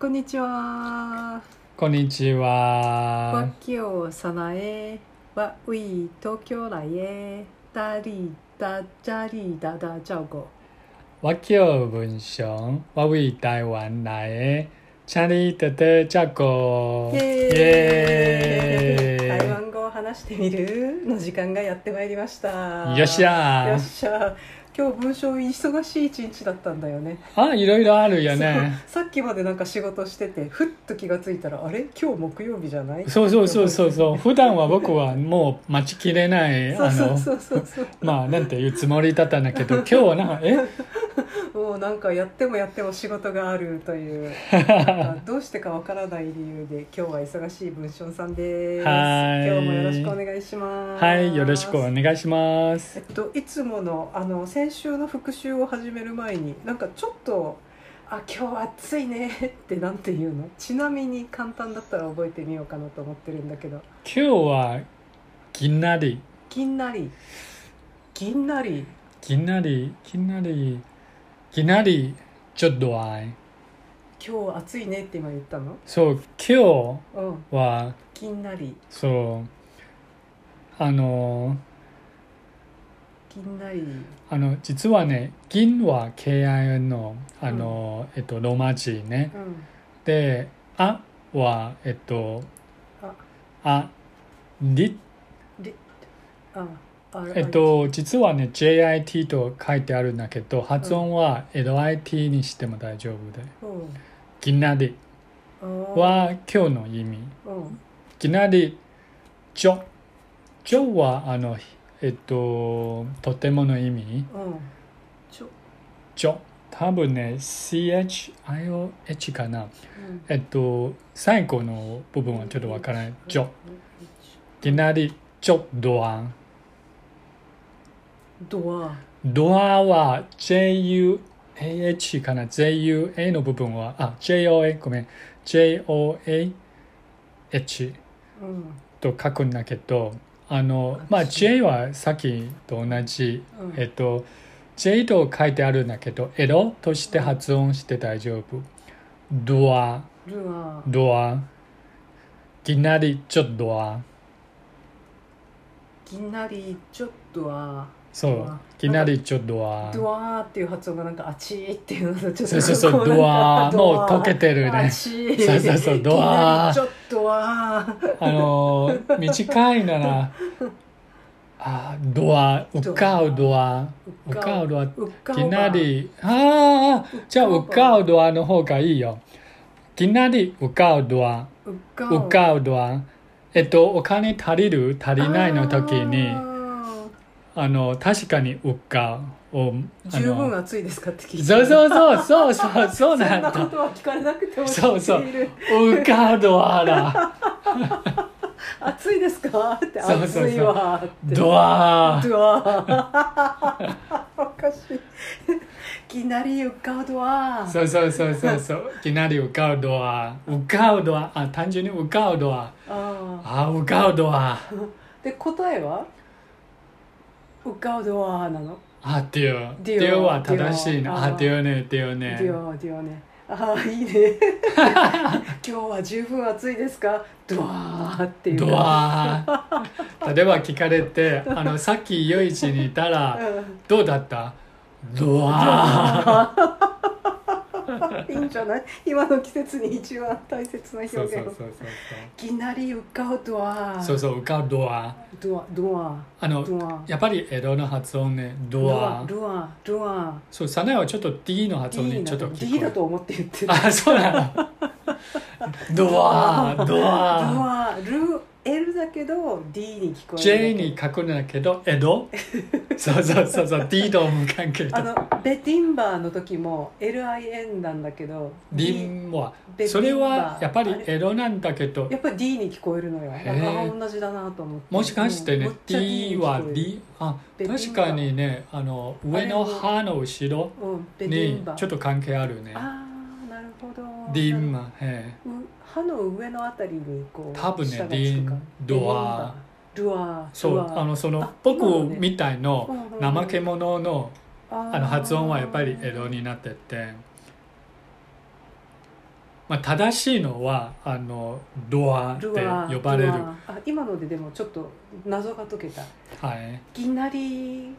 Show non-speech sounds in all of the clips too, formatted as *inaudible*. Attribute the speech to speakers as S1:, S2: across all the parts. S1: こんにちは。
S2: こんにち
S1: わ
S2: は。
S1: きょうさなえ。わうい東京来へ。だりだじゃりだだじゃご。
S2: 我叫文雄，我为台湾来的，请你多多照顾。
S1: イエーイ台湾語を話してみるの時間がやってまいりました。
S2: よっし
S1: よ
S2: ゃ
S1: っしゃ。今日文章忙しい一日だったんだよね。
S2: あ、いろいろあるよね。
S1: そうさっきまでなんか仕事してて、ふっと気がついたら、あれ今日木曜日じゃない
S2: そうそうそうそうそう。普段は僕はもう待ちきれない、
S1: そ
S2: あ
S1: うそう
S2: の、
S1: そうそうそう。
S2: まあ、なんていうつもりだったんだ
S1: *laughs*
S2: けど、今日はな、え、
S1: もうなんかやってもやっても仕事があるという
S2: *laughs*
S1: なんかどうしてかわからない理由で今日は忙しい文春さんです
S2: はい
S1: 今日もよろしくお願いします
S2: はい、よろしくお願いしま
S1: えっ
S2: す。
S1: といつものあの先週の復習を始める前になんかちょっとあ今日暑いね *laughs* ってなんていうのちなみに簡単だったら覚えてみようかなと思ってるんだけど
S2: 今日は、ぎんなり、
S1: ぎんなりぎんなり
S2: ぎんなり、ぎんなり、ぎんなり、ちょっとあい。
S1: 今日暑いねって今言ったの
S2: そう、今
S1: うん
S2: 日は、
S1: ぎんなり
S2: そうあの
S1: ぎんなり
S2: あの実はね銀は KIN のあの、えっと、ローマ字ね
S1: うん
S2: で「あ」はえっと
S1: あ
S2: 「あ」り
S1: りああ
S2: えっと実はね JIT と書いてあるんだけど発音は LIT にしても大丈夫で
S1: うん
S2: 「ぎなり
S1: あ」ー
S2: は今日の意味
S1: うん
S2: 「ぎなり」「ちょ」「ちょ」はあのえっととてもの意味
S1: うんちょ
S2: ちょ多分ね CHIOH かな
S1: うん
S2: えっと最後の部分はちょっとわからないちょいきなりちょドアン
S1: ドア
S2: ドアは JUAH かな JUA の部分はあ JOA ごめん JOAH
S1: うん
S2: と書くんだけどあのまあ J はさっきと同じ
S1: うん
S2: えっと J と書いてあるんだけどエロとして発音して大丈夫ドア
S1: ルア
S2: ドア。いきなりちょっとドア。
S1: ぎんなりちょっとは
S2: そ
S1: ド
S2: う
S1: ア。
S2: いきなりちょっとドア。
S1: ドアっていう発音がなんかあちーっていうのとちょっ
S2: そ
S1: と
S2: うそうそう、
S1: こなんか
S2: ドア。もう溶けてる
S1: あ
S2: ね。
S1: ちー
S2: そうそうそうドア
S1: ぎんなりちょっとは
S2: あのー、短いな *laughs* ら、あー、ドア、うかうドア。うかうドア。いう
S1: っかおば
S2: きなり、ああ、じゃあうかうドアの方がいいよ。いきなりうかうドア。
S1: うっか
S2: うかうドア。えっと、お金足りる足りないの時に、
S1: あ
S2: あ
S1: ー
S2: の、確かにうかを、あ
S1: 十
S2: の
S1: 分、暑いですかって聞いて
S2: そうそうそうそ
S1: *laughs*
S2: うそうそ
S1: そ
S2: うなん
S1: んなこ
S2: だ。
S1: とは聞かれなくても知
S2: そうそ
S1: っ
S2: う
S1: ている
S2: ウカドア
S1: *laughs*
S2: ラ
S1: 暑いですかって
S2: そうそうそう
S1: 暑いわって
S2: ドア
S1: ドア *laughs* おかしいいきなり浮かうドア
S2: そうそうそうそうそう。いきなりウカドア。ウカドア。あ、単純にウカドア。
S1: ああ
S2: あ、ウカドア。
S1: で答えは浮かうドアなの
S2: あ、デュオ。
S1: デュオ
S2: デュオは正しい
S1: デュオ
S2: な。あ、デュオね、デュオね。
S1: ディオディオねああいい
S2: *laughs*
S1: ね今日は十分暑いですかドアっていう
S2: ドア。例えば聞かれて、あの、さっき夜市にい
S1: *laughs*
S2: た
S1: う
S2: ら、
S1: ん
S2: どうだったドア。
S1: いいんじゃない今の季節に一番大切な表
S2: そう
S1: 現
S2: そうそうそう
S1: いきなり浮かうドア
S2: そう。そうそう、ウカドア。
S1: ドアドア
S2: あの、
S1: ドア
S2: やっぱりエロの発音ね、ドア。
S1: ドアドア
S2: そう、サナエはちょっと D の発音
S1: D
S2: にちょっと
S1: だ
S2: 聞こえ
S1: D だと思って言ってる
S2: あ、そうなの。ドア、ド
S1: ド
S2: ア。
S1: アル L だけど D に聞こえる
S2: J に書くんだけど、エド。そうそうそうそう、D と無関係
S1: あ
S2: だ。
S1: のベティンバーの時も LIN なんだけど
S2: リンは。
S1: D
S2: それはやっぱ
S1: あ
S2: り
S1: れ
S2: エロなんだけど
S1: や、っぱり D に聞こえるのよなんか
S2: へー
S1: あ同じだなと思って
S2: もしかして
S1: う
S2: ね
S1: ん、め
S2: D
S1: っちゃ
S2: は
S1: に聞こえる
S2: D。あ、
S1: ベティンバ
S2: 確かにね、あの、上の歯の後ろ
S1: うんベティ
S2: に
S1: ンバー
S2: ちょっと関係あるね。
S1: ああなるほど
S2: D は、ええ
S1: う歯の上のあたりにこう
S2: 多分ね
S1: 舌がつくか
S2: リンドア
S1: リンバードア
S2: そう、
S1: ドア
S2: あの、その
S1: あ、
S2: 僕
S1: そうね
S2: みたいの
S1: うんうんうん
S2: 怠け者の、
S1: あ
S2: あの、発音はやっぱりエ
S1: ロ
S2: ロになってて。まあ、正しいのはあのドアって呼ばれる
S1: ルアーあ今のででもちょっと謎が解けたい
S2: はい
S1: きなり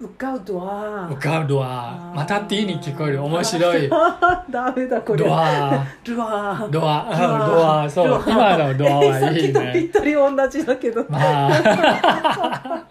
S1: うかうドア
S2: 浮かぶドア
S1: あー
S2: またっていいに聞こえる面
S1: *laughs*
S2: 白い
S1: ダメだこれ
S2: ドア
S1: ルアー
S2: ドアうん
S1: ド
S2: *laughs* ド
S1: ア
S2: アそう
S1: ド
S2: 今
S1: ア
S2: のドア
S1: さ *laughs*
S2: は
S1: っ
S2: い
S1: き
S2: い
S1: とぴ
S2: ね
S1: ったり同じだけ
S2: *laughs*
S1: ど、
S2: まあ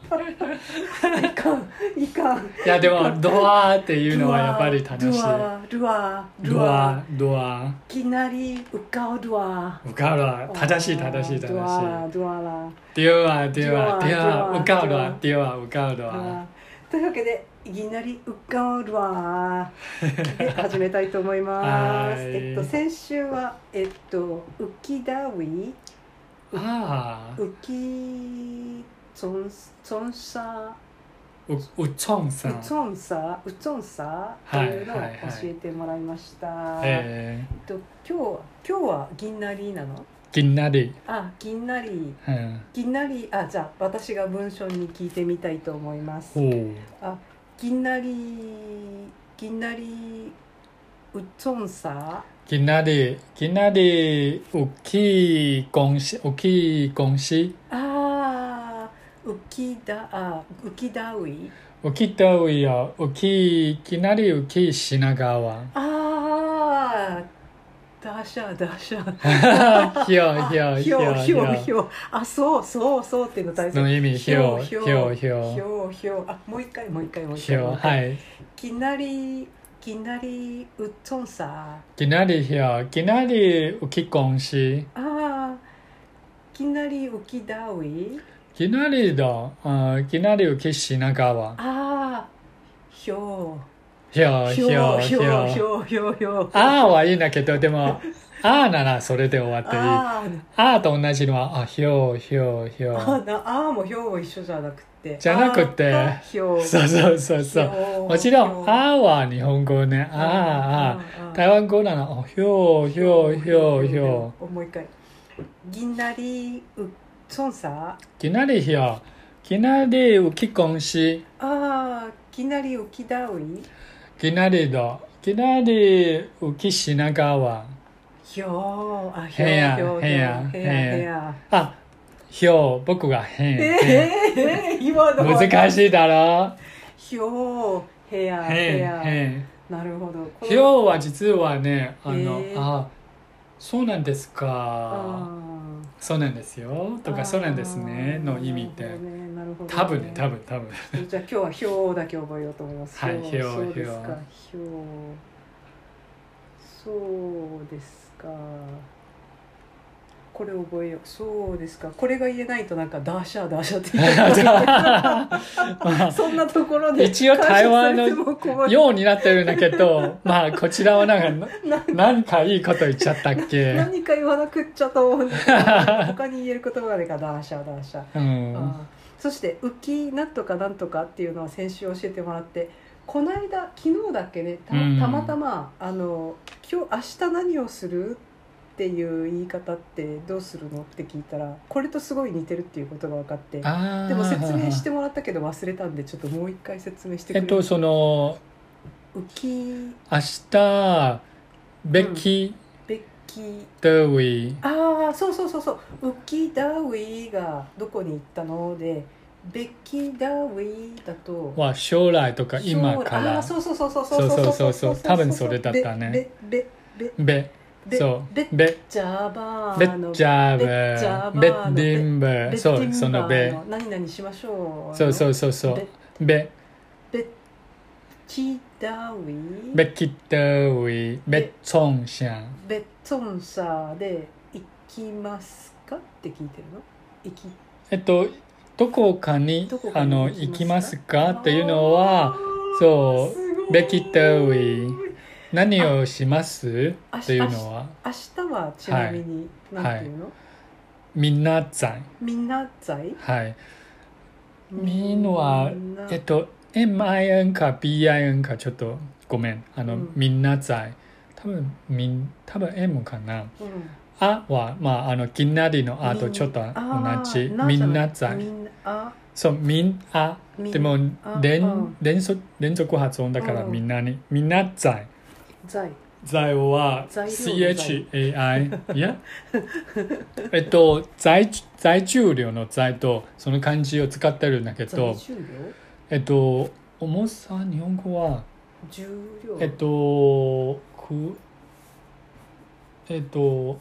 S1: いかんいかん
S2: いやでもドアっていうのはやっぱり楽しい
S1: ルアールアール
S2: ド
S1: アーい
S2: アドア
S1: きなりうかうドア
S2: 浮かぶドア正しい正しい正しい
S1: ドアラドアラ
S2: ド
S1: ドア
S2: アドアドア浮かぶド
S1: ド
S2: ア
S1: ア
S2: ドア浮かぶドア
S1: あーというわけでいきなりうっかおるわーで始めたいと思います。
S2: はい
S1: えっと先週はえっと浮きだうい
S2: ああ
S1: 浮きつんつんさ
S2: ううちょん
S1: う
S2: さん
S1: つんさうつんさと
S2: はい
S1: いうのを教
S2: はいはい
S1: えてもらいました。え
S2: え
S1: っと今日は今日は銀なりなの？
S2: ー、ぎんなり、
S1: あ銀なり
S2: うん、
S1: 銀なりあじゃあ私が文章に聞いてみたいと思います。
S2: おー
S1: ぎんなりぎんなりうっちょんさ
S2: ぎんなりぎんなり大きい公司大きい公司
S1: あーうきだあうきだうい
S2: 大きい遠いよ大きいぎんなり大きい品川
S1: あーだしゃだしゃ
S2: ひよ
S1: あ
S2: ひよ
S1: ひ
S2: ひ
S1: ょ
S2: よ
S1: ひ
S2: ひ
S1: ょ
S2: よ
S1: ひょあそうそうそうっていうの大切
S2: の意味ひよ
S1: ひ
S2: ひ
S1: ょ
S2: よ
S1: ひ
S2: ひ
S1: ょひ
S2: よ
S1: ょひょあもう一回もう一回もう一
S2: ひ
S1: 回も
S2: よ
S1: う一回
S2: はい
S1: ぎんなりぎんなりうっちょんさ
S2: ぎんなりひよぎんなり大きい公司
S1: あーぎんなりうきだうい
S2: ぎんなりだあぎんなり大きい品川
S1: ああ、ひょ
S2: ひよ
S1: う。
S2: ひよひ
S1: ひょう、ひ
S2: よ
S1: ょう、ひょう、ひょう。
S2: あーはいいんだけどでもあーならそれで終わっていい
S1: あー
S2: あーと同じのは、あ、ひょうひょうひょ
S1: あ
S2: う。
S1: ーなあーもひょうも一緒じゃなくて。
S2: じゃなくて
S1: あーかひょう。
S2: そうそうそうそう。
S1: う
S2: もちろん、あーは日本語ね。あーあー。台湾語なの、あひょうひょうひょうひょ
S1: う。もう一回。ぎんなり、う、そんさ。
S2: う。きなりひょう。きなりうきこんし。
S1: ああ、ぎんなりうきだうい。
S2: きなりだ。きなりうきしながわ。
S1: ひょう。あ、ひょう。
S2: へや
S1: ひょう
S2: へや
S1: ひょう
S2: へや
S1: へや。
S2: あ、ひょう。僕がへん。へん
S1: えー、今のは。
S2: 難しいだろ。
S1: ひょう。へや。
S2: へ
S1: へ
S2: ん
S1: や。
S2: へん。
S1: なるほど。この
S2: ひょうは実はね、あの
S1: へ、ー
S2: あ、そうなんですか。
S1: あ
S2: そうなんですよ
S1: ー
S2: とかそうなんですねの意味って
S1: なるほどね
S2: 多分ね多
S1: 分
S2: 分多分 *laughs*
S1: じゃあ今日はひょうだけ覚えようと思います
S2: はい
S1: ひょう
S2: ひょう
S1: そうです
S2: ひょ
S1: か
S2: う
S1: ひょうそうですかこれ覚えようそうですかこれが言えないとなんかダーシャーダーシャーって言って
S2: *laughs* ま
S1: たそんなところで
S2: 一応台湾の
S1: 感謝されても困
S2: あ
S1: る
S2: ようになってるんだけどまあこちらはなんか
S1: な
S2: 何かいいこと言っちゃったっけ、
S1: 何か言わなくっちゃと思うんですけど他に言える言葉がないからダーシャーダーシャー
S2: *laughs* うん、
S1: あーそして「浮きなんとかなんとか」っていうのは先週教えてもらってこの間昨日だっけねた
S2: うん
S1: たまたま、あの「今日明日何をする?」っていう言い方ってどうするのって聞いたらこれとすごい似てるっていうことが分かって
S2: あー
S1: でも説明してもらったけど忘れたんでちょっともう一回説明してく
S2: え
S1: れ
S2: っ
S1: る、
S2: とその
S1: 浮き
S2: 明日べき
S1: べき
S2: どうい
S1: ああそうそうそうそう「ウキダウィ」がどこに行ったので「べきダウィ」だと
S2: は将来とか今か
S1: そうあー
S2: ら
S1: そうそうそうそう
S2: そうそうそうそう多分それだったね
S1: べべべ
S2: べ
S1: べ
S2: そう
S1: べ
S2: べ
S1: ジャバ
S2: べ
S1: ーの
S2: ジャ
S1: べジャバー
S2: ブ
S1: の
S2: べディン
S1: ベッティンバー
S2: ブ
S1: の
S2: そうそのべ
S1: 何々しましょう
S2: そうそううそうそう
S1: べ
S2: べ
S1: べチダウィ
S2: べきどういべちょんしゃん
S1: ベッツォンサーで行きますかって聞いてるの行き
S2: えっと、どこかに
S1: どこか
S2: あ
S1: に
S2: の
S1: 行
S2: 行
S1: き
S2: き
S1: ま
S2: ますす
S1: か
S2: かっていうのはそう
S1: う
S2: べきダウィ何をします
S1: あ
S2: っていうのは
S1: 明日はちなみに
S2: は
S1: ないんていうの
S2: みんなさん
S1: みんな在
S2: はいみんは
S1: みんな
S2: えっと MIN か BIN かちょっとごめんあの、
S1: うん
S2: みんなさん多分みん多分 M かな
S1: うん
S2: あはまああのきなりのあと
S1: みん
S2: ちょっと同
S1: あ
S2: じ
S1: ー
S2: みん
S1: じゃ
S2: ないさ
S1: み
S2: ん
S1: んなあ
S2: そうみんあ
S1: みん
S2: でも
S1: あう
S2: 連
S1: ん
S2: 連続連続発音だから
S1: うん
S2: みんなにみんなさん
S1: 在
S2: 材料は
S1: 材料の材
S2: CHAI いや *laughs* えっと在在中量の在とその漢字を使ってるんだけ
S1: 在
S2: ど
S1: 重量
S2: えっと重さ日本語は
S1: 重量
S2: えっとくえっと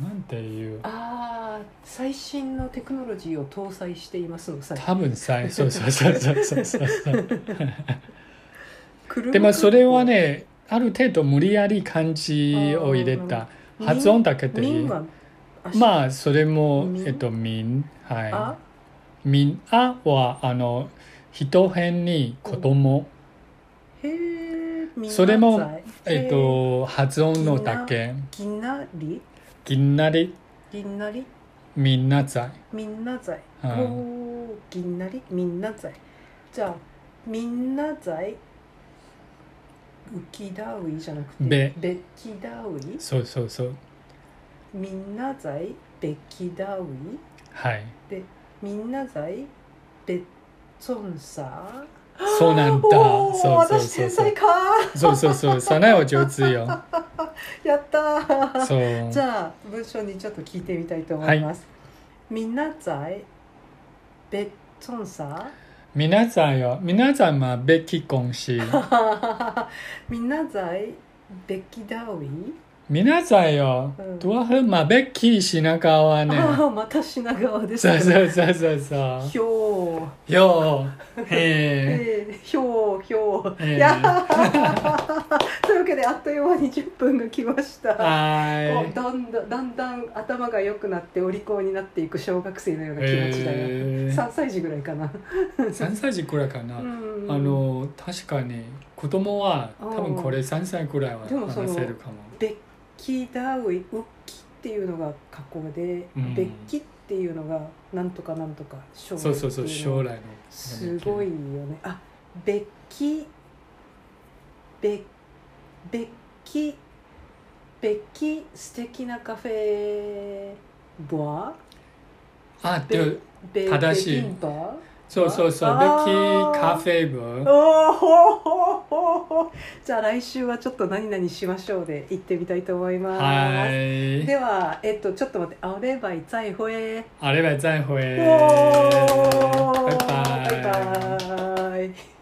S2: なんていう
S1: ああ最新のテクノロジーを搭載していますのさ
S2: 多分
S1: *laughs*
S2: さそうそうそうそうそうそう
S1: 車
S2: でもそれはねある程度無理やり漢字を入れた
S1: あー
S2: 発音だけでい
S1: 民
S2: い
S1: は足
S2: まあそれも
S1: 民
S2: えっと「民」は
S1: あ
S2: い「民」「あ」はあの人変に子供
S1: へえ民話
S2: それも
S1: 財
S2: えっと発音のだけ
S1: ぎなり
S2: 「ぎんなり
S1: ぎんなり」
S2: 「みんなざい
S1: みんな財」
S2: う
S1: お
S2: ん
S1: ーぎんなりみんな財じゃあみんな財浮きだういじゃなくて
S2: べ
S1: べきだうい
S2: そうそうそう
S1: みんな財べきだうい
S2: はい
S1: みんな財べっそんさ
S2: そうなんだ
S1: おー
S2: そうそう
S1: 私
S2: そう
S1: 天
S2: そう
S1: 才か
S2: そうそうそうさなお上手
S1: *laughs*
S2: よ
S1: やったー
S2: そう
S1: じゃあ文章にちょっと聞いてみたいと思います。みんな在ベッツンさ
S2: 皆さんよ皆様べき恭喜
S1: *laughs* みんな在ベキダウイ、
S2: 皆さんよ
S1: うん
S2: ドアフマべき品
S1: *laughs*
S2: 川ね
S1: ああまた品川です
S2: そう
S1: ね。
S2: そうそうそうそう
S1: ひょう、
S2: よう、へ
S1: *laughs* えー、ひょうひょう、
S2: えー
S1: いやーというわけであっという間に10分が来まし
S2: え、
S1: た。
S2: は
S1: お
S2: い。
S1: だんだんだんだん頭が良くなってお利口になっていく小学生のような気持ちだよ、
S2: えー
S1: 3歳児ぐらいかな、
S2: 三歳児くらいかな。
S1: う
S2: あ
S1: ん
S2: の確かに子供は
S1: うん
S2: 多分これ三歳くらいは
S1: でもその
S2: 話せるかも。
S1: ベッキダウイウッキっていうのが過去で、
S2: うん
S1: ベッキっていうのがなんとかなんとか将来
S2: そうそうそう
S1: っていの
S2: 将来の。
S1: すごいよ。ねあベッキベベッキベッキ素敵なカフェバ
S2: あ、
S1: ー
S2: で、
S1: ベベ
S2: 正しい
S1: ベキンバー
S2: そうそうそう。ベ
S1: あ
S2: ッキ
S1: ー
S2: ーカフェ部。
S1: おーほーほーほーほー *laughs* じゃあ来週はちょっと何々しましょうで行ってみたいと思います。
S2: はい。
S1: では、えっと、ちょっと待って、あればいざいほえ。
S2: 啊あれば再会。
S1: おー
S2: バイバイ。
S1: バイバイ。